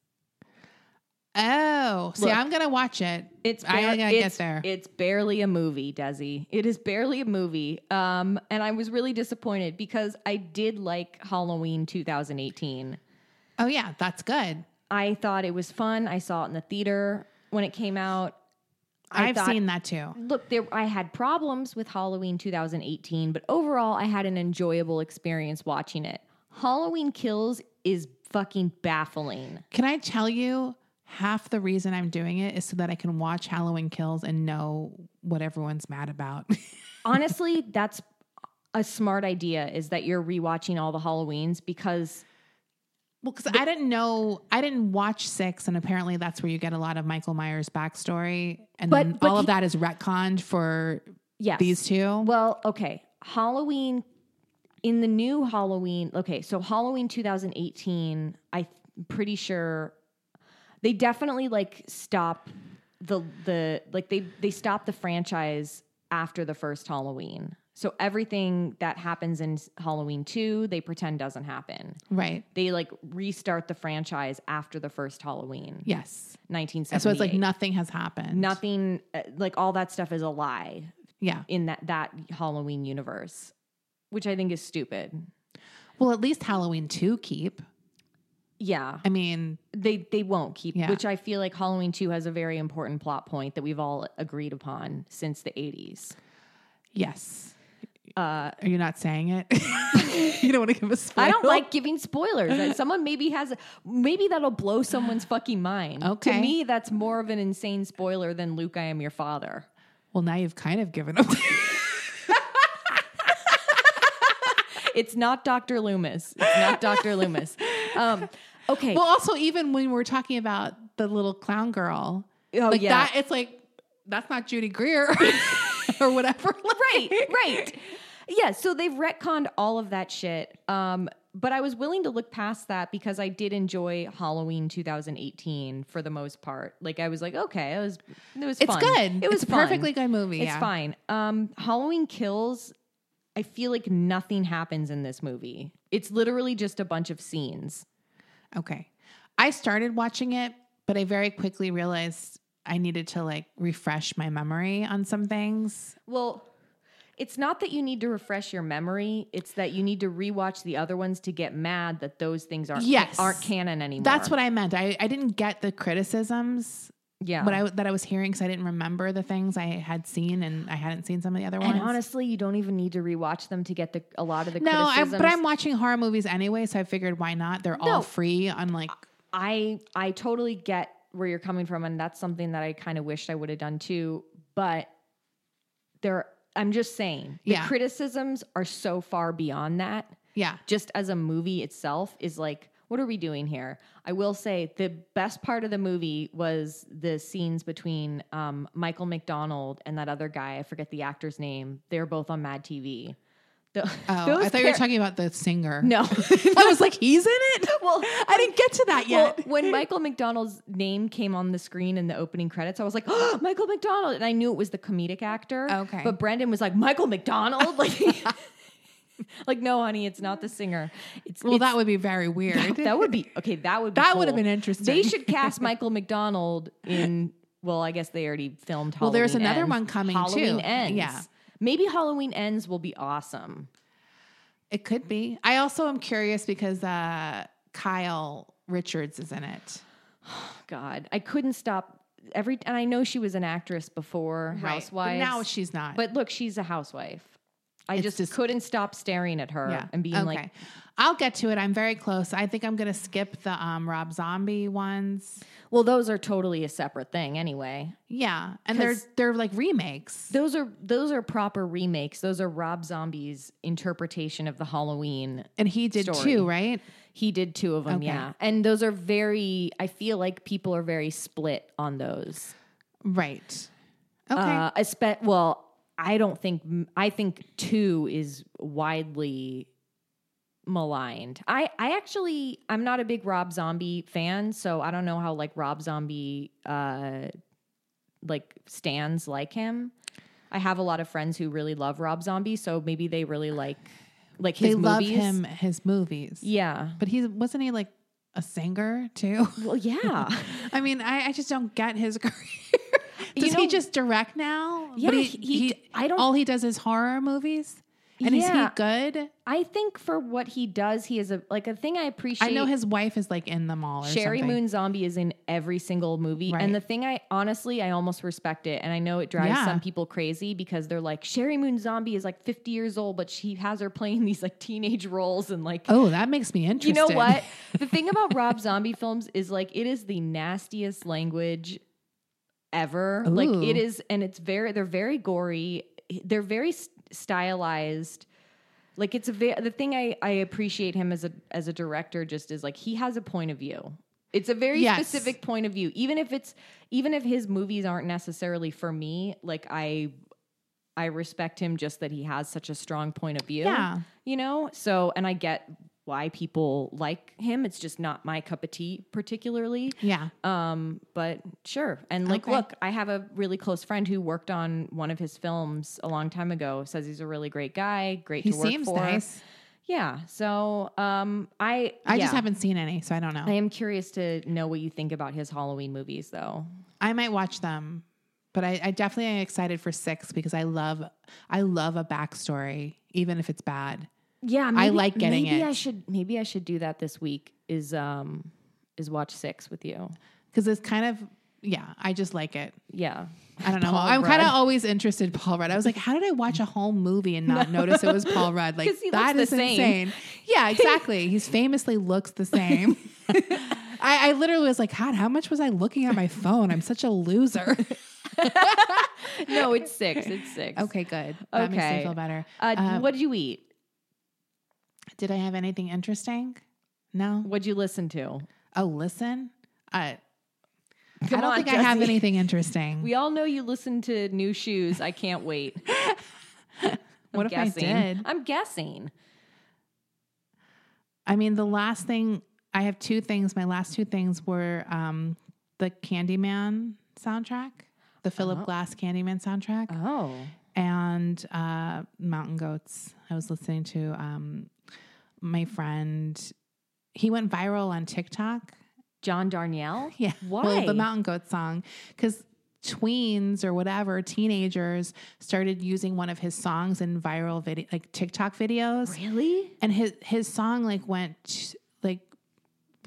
Oh, see,
Look.
I'm going to watch it.
It's
I
bar-
gotta get
it's-
there.
It's barely a movie, Desi. It is barely a movie. Um, and I was really disappointed because I did like Halloween 2018.
oh yeah, that's good.
I thought it was fun. I saw it in the theater when it came out. I
I've
thought-
seen that too.
Look, there I had problems with Halloween 2018, but overall I had an enjoyable experience watching it. Halloween Kills is fucking baffling.
Can I tell you half the reason I'm doing it is so that I can watch Halloween Kills and know what everyone's mad about.
honestly, that's a smart idea is that you're rewatching all the Halloweens because
well, because I didn't know, I didn't watch six, and apparently that's where you get a lot of Michael Myers backstory, and
But-
then
but
all
he-
of that is retconned for
yes.
these two.
Well, okay. Halloween in the new Halloween. Okay, so Halloween 2018, I'm pretty sure they definitely like stop the the like they they stop the franchise after the first Halloween. So everything that happens in s- Halloween 2, they pretend doesn't happen.
Right.
They like restart the franchise after the first Halloween.
Yes.
1978.
So it's like nothing has happened.
nothing uh, like all that stuff is a lie
Yeah.
in that that Halloween universe, which I think is stupid.
Well, at least Halloween 2 keep.
Yeah.
I mean,
They they won't keep
Yeah.
which I feel like Halloween 2 has a very important plot point that we've all agreed upon since the 80s.
yes.
Uh
Are you not saying it? you don't want to give a spoil.
I don't like giving spoilers. That someone maybe has, maybe that'll blow someone's fucking mind.
Okay.
To me, that's more of an insane spoiler than Luke, I am your father.
Well, now you've kind of given up.
It's not Dr. Loomis. It's not Dr. Loomis. Um, okay.
well, also even when we're talking about the little clown girl,
Oh,
like
yeah.
that, it's like that's not Judy Greer or whatever.
right, right. Yeah, so they've retconned all of that shit. Um, but I was willing to look past that because I did enjoy Halloween 2018 for the most part. Like I was like, okay, it was it was
It's
fun.
good.
It was
It's a
fun.
perfectly good movie,
It's
yeah.
fine. Um, Halloween Kills. I feel like nothing happens in this movie. It's literally just a bunch of scenes.
Okay. I started watching it, but I very quickly realized I needed to like refresh my memory on some things.
Well, it's not that you need to refresh your memory. It's that you need to rewatch the other ones to get mad that those things aren't
Yes.
aren't canon anymore.
That's what I meant. I, I didn't get the criticisms
Yeah.
what I, that I was hearing because I didn't remember the things I had seen and I hadn't seen some of the other
and
ones.
honestly, you don't even need to rewatch them to get the a lot of the
no, I,
criticisms.
but I'm watching horror movies anyway, so I figured why not? They're
No.
all free on like
I I totally get where you're coming from, and that's something that I kind of wished I would have done too. But there, I'm just saying, the
Yeah.
criticisms are so far beyond that.
yeah.
Just as a movie itself is like, what are we doing here? I will say the best part of the movie was the scenes between um, Michael McDonald and that other guy. I forget the actor's name. They're both on Mad TV. The-
Oh,
those
I thought you were
char-
talking about the singer.
No.
I was like, he's in it.
well,
I didn't get to that yet.
Well, when Michael McDonald's name came on the screen in the opening credits, I was like, oh, Michael McDonald. And I knew it was the comedic actor.
Okay.
But Brendan was like, Michael McDonald? Like, like no, honey, it's not the singer. It's,
Well,
it's-
that would be very weird.
that would be, okay, that would be
That would have
cool.
been interesting.
They should cast Michael McDonald in, well, I guess they already filmed Halloween
Well, there's another
Ends.
one coming, too.
Halloween Ends.
Yeah.
Maybe Halloween Ends will be awesome.
It could be. I also am curious because uh, Kyle Richards is in it.
God, I couldn't stop every. And I know she was an actress before Housewives.
But now she's not.
But look, she's a housewife. I
It's
just,
just-
couldn't stop staring at her and being like,
I'll get to it. I'm very close. I think I'm going to skip the um, Rob Zombie ones.
"Well, those are totally a separate thing, anyway.
Yeah, and they're
'Cause-
they're like remakes.
Those are those are proper remakes. Those are Rob Zombie's interpretation of the Halloween.
And he did
story.
too, right?
He did two of them,
Okay.
yeah. And those are very. I feel like people are very split on those.
Right. Okay.
Uh, espe- well, I don't think I think two is widely maligned. I I actually I'm not a big Rob Zombie fan, so I don't know how like Rob Zombie uh like stands like him. I have a lot of friends who really love Rob Zombie, so maybe they really like like his
they
movies.
love him. His movies.
Yeah.
But he wasn't he like a singer too.
Well, yeah.
I mean, I, I just don't get his career.
You
does he
know-
just direct now?
Yeah,
But
he- he d- I don't-
All he does is horror movies. And
Yeah.
is he good?
I think for what he does, he is a like a thing I appreciate.
I know his wife is like in them all. Or
Sherry
something.
Moon Zombie is in every single movie.
Right.
And the thing I honestly, I almost respect it. And I know it drives
Yeah.
some people crazy because they're like, Sherry Moon Zombie is like 50 years old, but she has her playing these like teenage roles and like.
Oh, that makes me
You
interested.
know what? The thing about Rob Zombie films is like it is the nastiest language ever. Like
Ooh.
it is, and it's very they're very gory. They're very s- stylized. Like it's a ve- the thing I I appreciate him as a as a director just is like he has a point of view. It's a very
Yes.
specific point of view. Even if it's even if his movies aren't necessarily for me, like I I respect him just that he has such a strong point of view
Yeah.
you know so and i get why people like him. It's just not my cup of tea particularly.
Yeah.
Um, but sure. And like,
Okay.
look, I have a really close friend who worked on one of his films a long time ago. Says he's a really great guy, great
He
to work
seems
for.
nice.
Yeah. So, um, I
I
yeah.
just haven't seen any, so I don't know.
I am curious to know what you think about his Halloween movies, though.
I might watch them, but I, I definitely am excited for six because I love I love a backstory, even if it's bad.
Yeah,
I like getting
maybe
it.
I should maybe I should do that this week. Is um is watch six with you?
Because it's kind of yeah, I just like it.
Yeah,
I don't know.
Paul
I'm kind
Rudd.
of always interested Paul Rudd. I was like, how did I watch a whole movie and not notice it was Paul Rudd? Like
'Cause he
that is
looks the same.
insane. Yeah, exactly. He's famously looks the same. I, I literally was like, God, how much was I looking at my phone? I'm such a loser.
no, it's six. It's six.
okay, good. That makes me
Okay.
feel better.
Uh,
Uh,
what did you eat?
Did I have anything interesting? No.
What would you listen to?
Oh, listen. I, I
Come
don't
on,
think I have
Jesse.
anything interesting.
We all know you listen to new shoes. I can't wait.
what if
guessing.
I did?
I'm guessing.
I mean, the last thing I have two things. My last two things were um, the Candyman soundtrack, the Philip Glass Candyman soundtrack,
Oh,
and uh, Mountain Goats. I was listening to um, my friend. He went viral on TikTok.
John Darnielle.
Yeah.
Why?
Well, the Mountain Goat song. Because tweens or whatever, teenagers started using one of his songs in viral video, like TikTok videos.
Really?
And his, his song like went like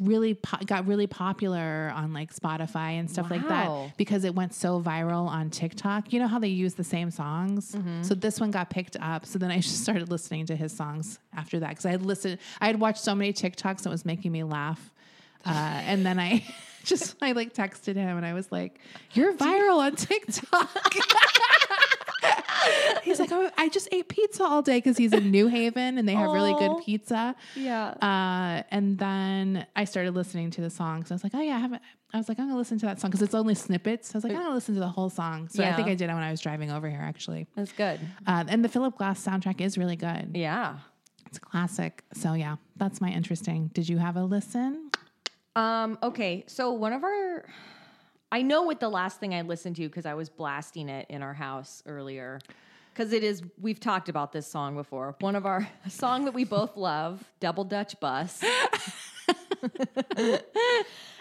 really po- got really popular on like Spotify and stuff
Wow.
like that because it went so viral on TikTok. You know how they use the same songs? So this one got picked up. So then I just started listening to his songs after that because I had listened, I had watched so many TikToks and it was making me laugh. Uh, and then I just I like texted him and I was like, "You're viral on TikTok." he's like, oh, "I just ate pizza all day because he's in New Haven and they have really
Aw.
good pizza."
Yeah.
Uh, and then I started listening to the song. So I was like, oh yeah, I haven't. I was like, I'm gonna listen to that song because it's only snippets. I was like, I'm gonna listen to the whole song. So I
Uh, Yeah.
think I did it when I was driving over here, actually.
That's good.
Um, and the Philip Glass soundtrack is really good.
Yeah.
It's classic. So yeah, that's my interesting. Did you have a listen?
Um, okay, so one of our I know what the last thing I listened to because I was blasting it in our house earlier. Because it is, we've talked about this song before. One of our a song that we both love, Double Dutch Bus.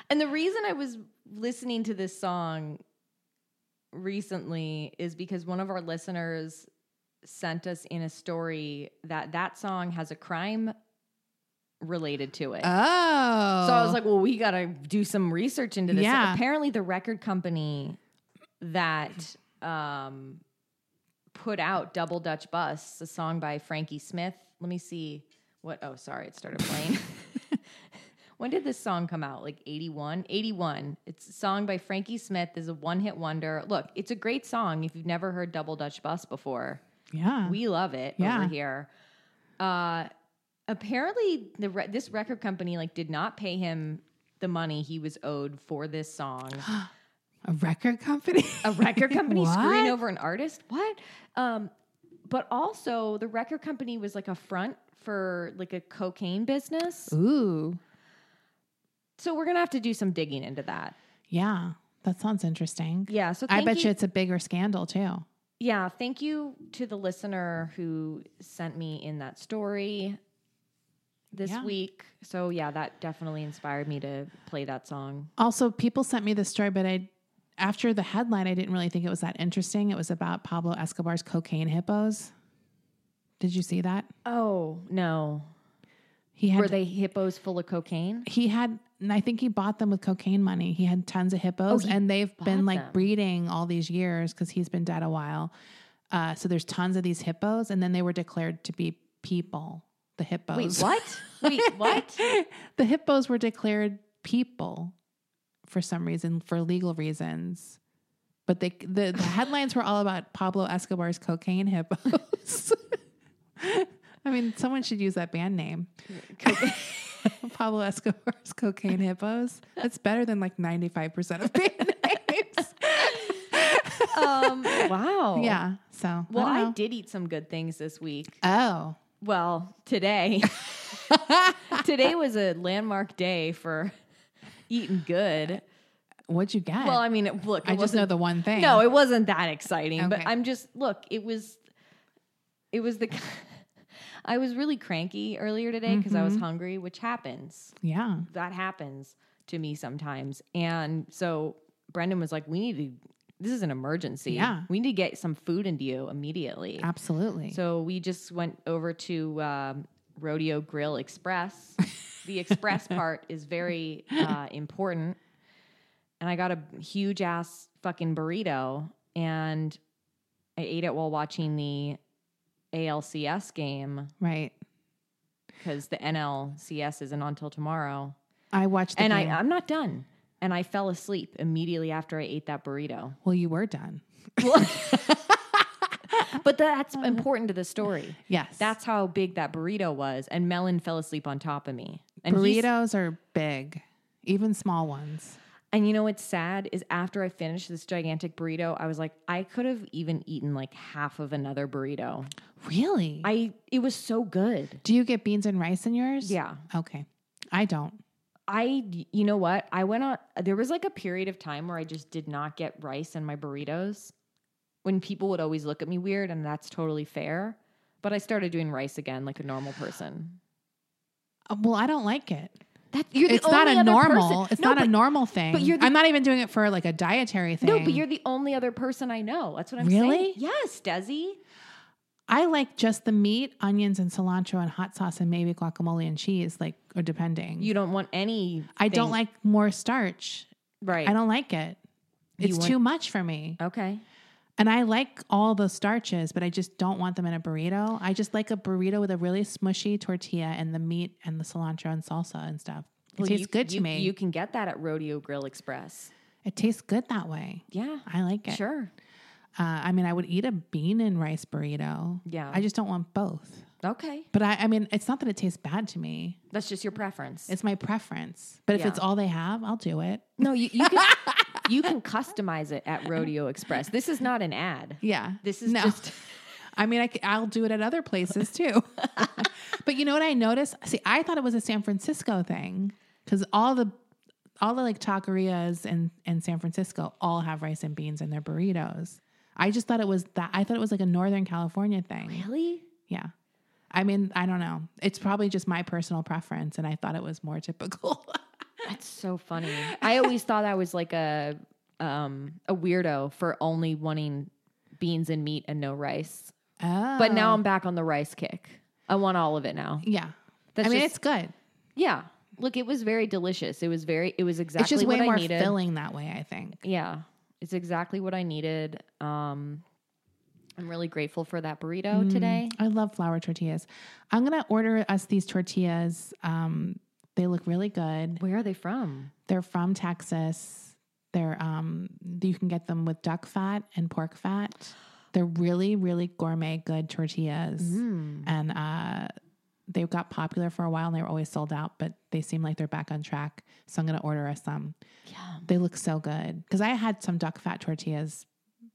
and the reason I was listening to this song recently is because one of our listeners sent us in a story that that song has a crime related to it.
Oh,
So I was like, well, we got to do some research into this.
Yeah.
Apparently, the record company that um, put out Double Dutch Bus, a song by Frankie Smith. Let me see what. Oh, sorry, it started playing. when did this song come out? Like 81? 81. It's a song by Frankie Smith. This is a one hit wonder. Look, it's a great song if you've never heard Double Dutch Bus before.
yeah,
We love it
Mm-hmm. Yeah.
over here. Uh, apparently, the re- this record company like did not pay him the money he was owed for this song.
a record company.
A record company screwing
What?
over an artist? What? Um, but also, the record company was like a front for like a cocaine business.
Ooh,
So we're gonna have to do some digging into that.
yeah, that sounds interesting.
Yeah. So
I
thank
bet you
you
it's a bigger scandal too.
Yeah, thank you to the listener who sent me in that story this
Yeah.
week. So yeah, that definitely inspired me to play that song.
Also, people sent me this story, but I after the headline, I didn't really think it was that interesting. It was about Pablo Escobar's cocaine hippos. Did you see that?
Oh no,
He had
were they hippos full of cocaine?
he had and I think he bought them with cocaine money. He had tons of hippos and they've been like
Oh, them.
breeding all these years cuz he's been dead a while. Uh, so there's tons of these hippos and then they were declared to be people, the hippos.
Wait, what? Wait, what?
the hippos were declared people for some reason, for legal reasons. But they, the, the headlines were all about Pablo Escobar's cocaine hippos. I mean, someone should use that band name. Pablo Escobar's cocaine hippos. That's better than like 95% of band names.
Um, wow.
Yeah. So,
Well,
I,
I,
don't know.
did eat some good things this week.
Oh,
Well, today. Today was a landmark day for eating good.
What'd you get?
Well, I mean, it- look, it
I just
wasn't-
know the one thing.
No, it wasn't that exciting, but
Okay.
I'm just look. It was, it was the. I was really cranky earlier today because I was
Mm-hmm.
hungry, which happens.
yeah.
That happens to me sometimes, and so Brendan was like, "We need to. This is an emergency.
Yeah.
we need to get some food into you immediately."
Absolutely.
So we just went over to um, Rodeo Grill Express. the express part is very uh, important. And I got a huge ass fucking burrito and I ate it while watching the ALCS game
right.
because the NLCS isn't on till tomorrow.
I watched the
and
game.
I, uh I'm not done. And I fell asleep immediately after I ate that burrito.
well, you were done.
But that's important to the story.
Yes.
That's how big that burrito was. And Melon fell asleep on top of me. And he's-
burritos are big, even small ones.
And you know what's sad is after I finished this gigantic burrito, I was like, I could have even eaten like half of another burrito.
Really?
I it was so good.
Do you get beans and rice in yours?
Yeah.
Okay. I don't.
I you know what? I went on there was like a period of time where I just did not get rice in my burritos. When people would always look at me weird and that's totally fair, but I started doing rice again like a normal person.
Uh, Well, I don't like it.
That you're the
it's not
only
a
other person-
normal. It's
No,
not
but-
a normal thing.
but you're the-
I'm not even doing it for like a dietary thing.
No, but you're the only other person I know. That's what I'm saying.
Really?
Yes, Desi.
I like just the meat, onions, and cilantro, and hot sauce, and maybe guacamole and cheese, like or depending.
You don't want any
I don't
thing-
like more starch.
right.
I don't like it.
You
It's
want-
too much for me.
Okay.
And I like all the starches, but I just don't want them in a burrito. I just like a burrito with a really smushy tortilla and the meat and the cilantro and salsa and stuff. It
Well,
tastes
you-
good to
you-
me.
You can get that at Rodeo Grill Express.
it tastes good that way.
Yeah.
I like it.
Sure.
Uh, I mean, I would eat a bean and rice burrito.
Yeah.
I just don't want both.
Okay.
But I, I mean, it's not that it tastes bad to me.
That's just your preference.
It's my preference. But if
Yeah.
it's all they have, I'll do it.
no, you, you can you can customize it at Rodeo Express. This is not an ad.
Yeah.
This is
no.
just
I mean, I, will do it at other places too. but you know what I noticed? See, I thought it was a San Francisco thing because all the all the like taquerias in in San Francisco all have rice and beans in their burritos. I just thought it was that. I thought it was like a Northern California thing.
really
Yeah. I mean, I don't know. It's probably just my personal preference, and I thought it was more typical.
that's so funny. I always thought I was like a um a weirdo for only wanting beans and meat and no rice.
oh.
But now I'm back on the rice kick. I want all of it now.
yeah.
That's
I mean,
just-
it's good.
Yeah. Look, it was very delicious. It was very it was exactly
It's just way
what
more
I needed.
filling that way. I think.
Yeah, it's exactly what I needed. Um, I'm really grateful for that burrito
Mm.
today.
I love flour tortillas. I'm gonna order us these tortillas. Um, they look really good.
Where are they from?
They're from Texas. They're um, you can get them with duck fat and pork fat. They're really, really gourmet, good tortillas,
Mm.
and uh, they got popular for a while and they were always sold out, but they seem like they're back on track. So I'm gonna order us some. Yeah, they look so good because I had some duck fat tortillas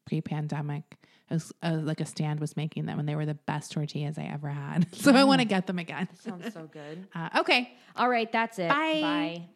pre-pandemic. It was, uh, like a stand was making them, and they were the best tortillas I ever had. So I want to get them again.
Sounds so good.
Uh, okay,
All right, that's it.
Bye.
Bye.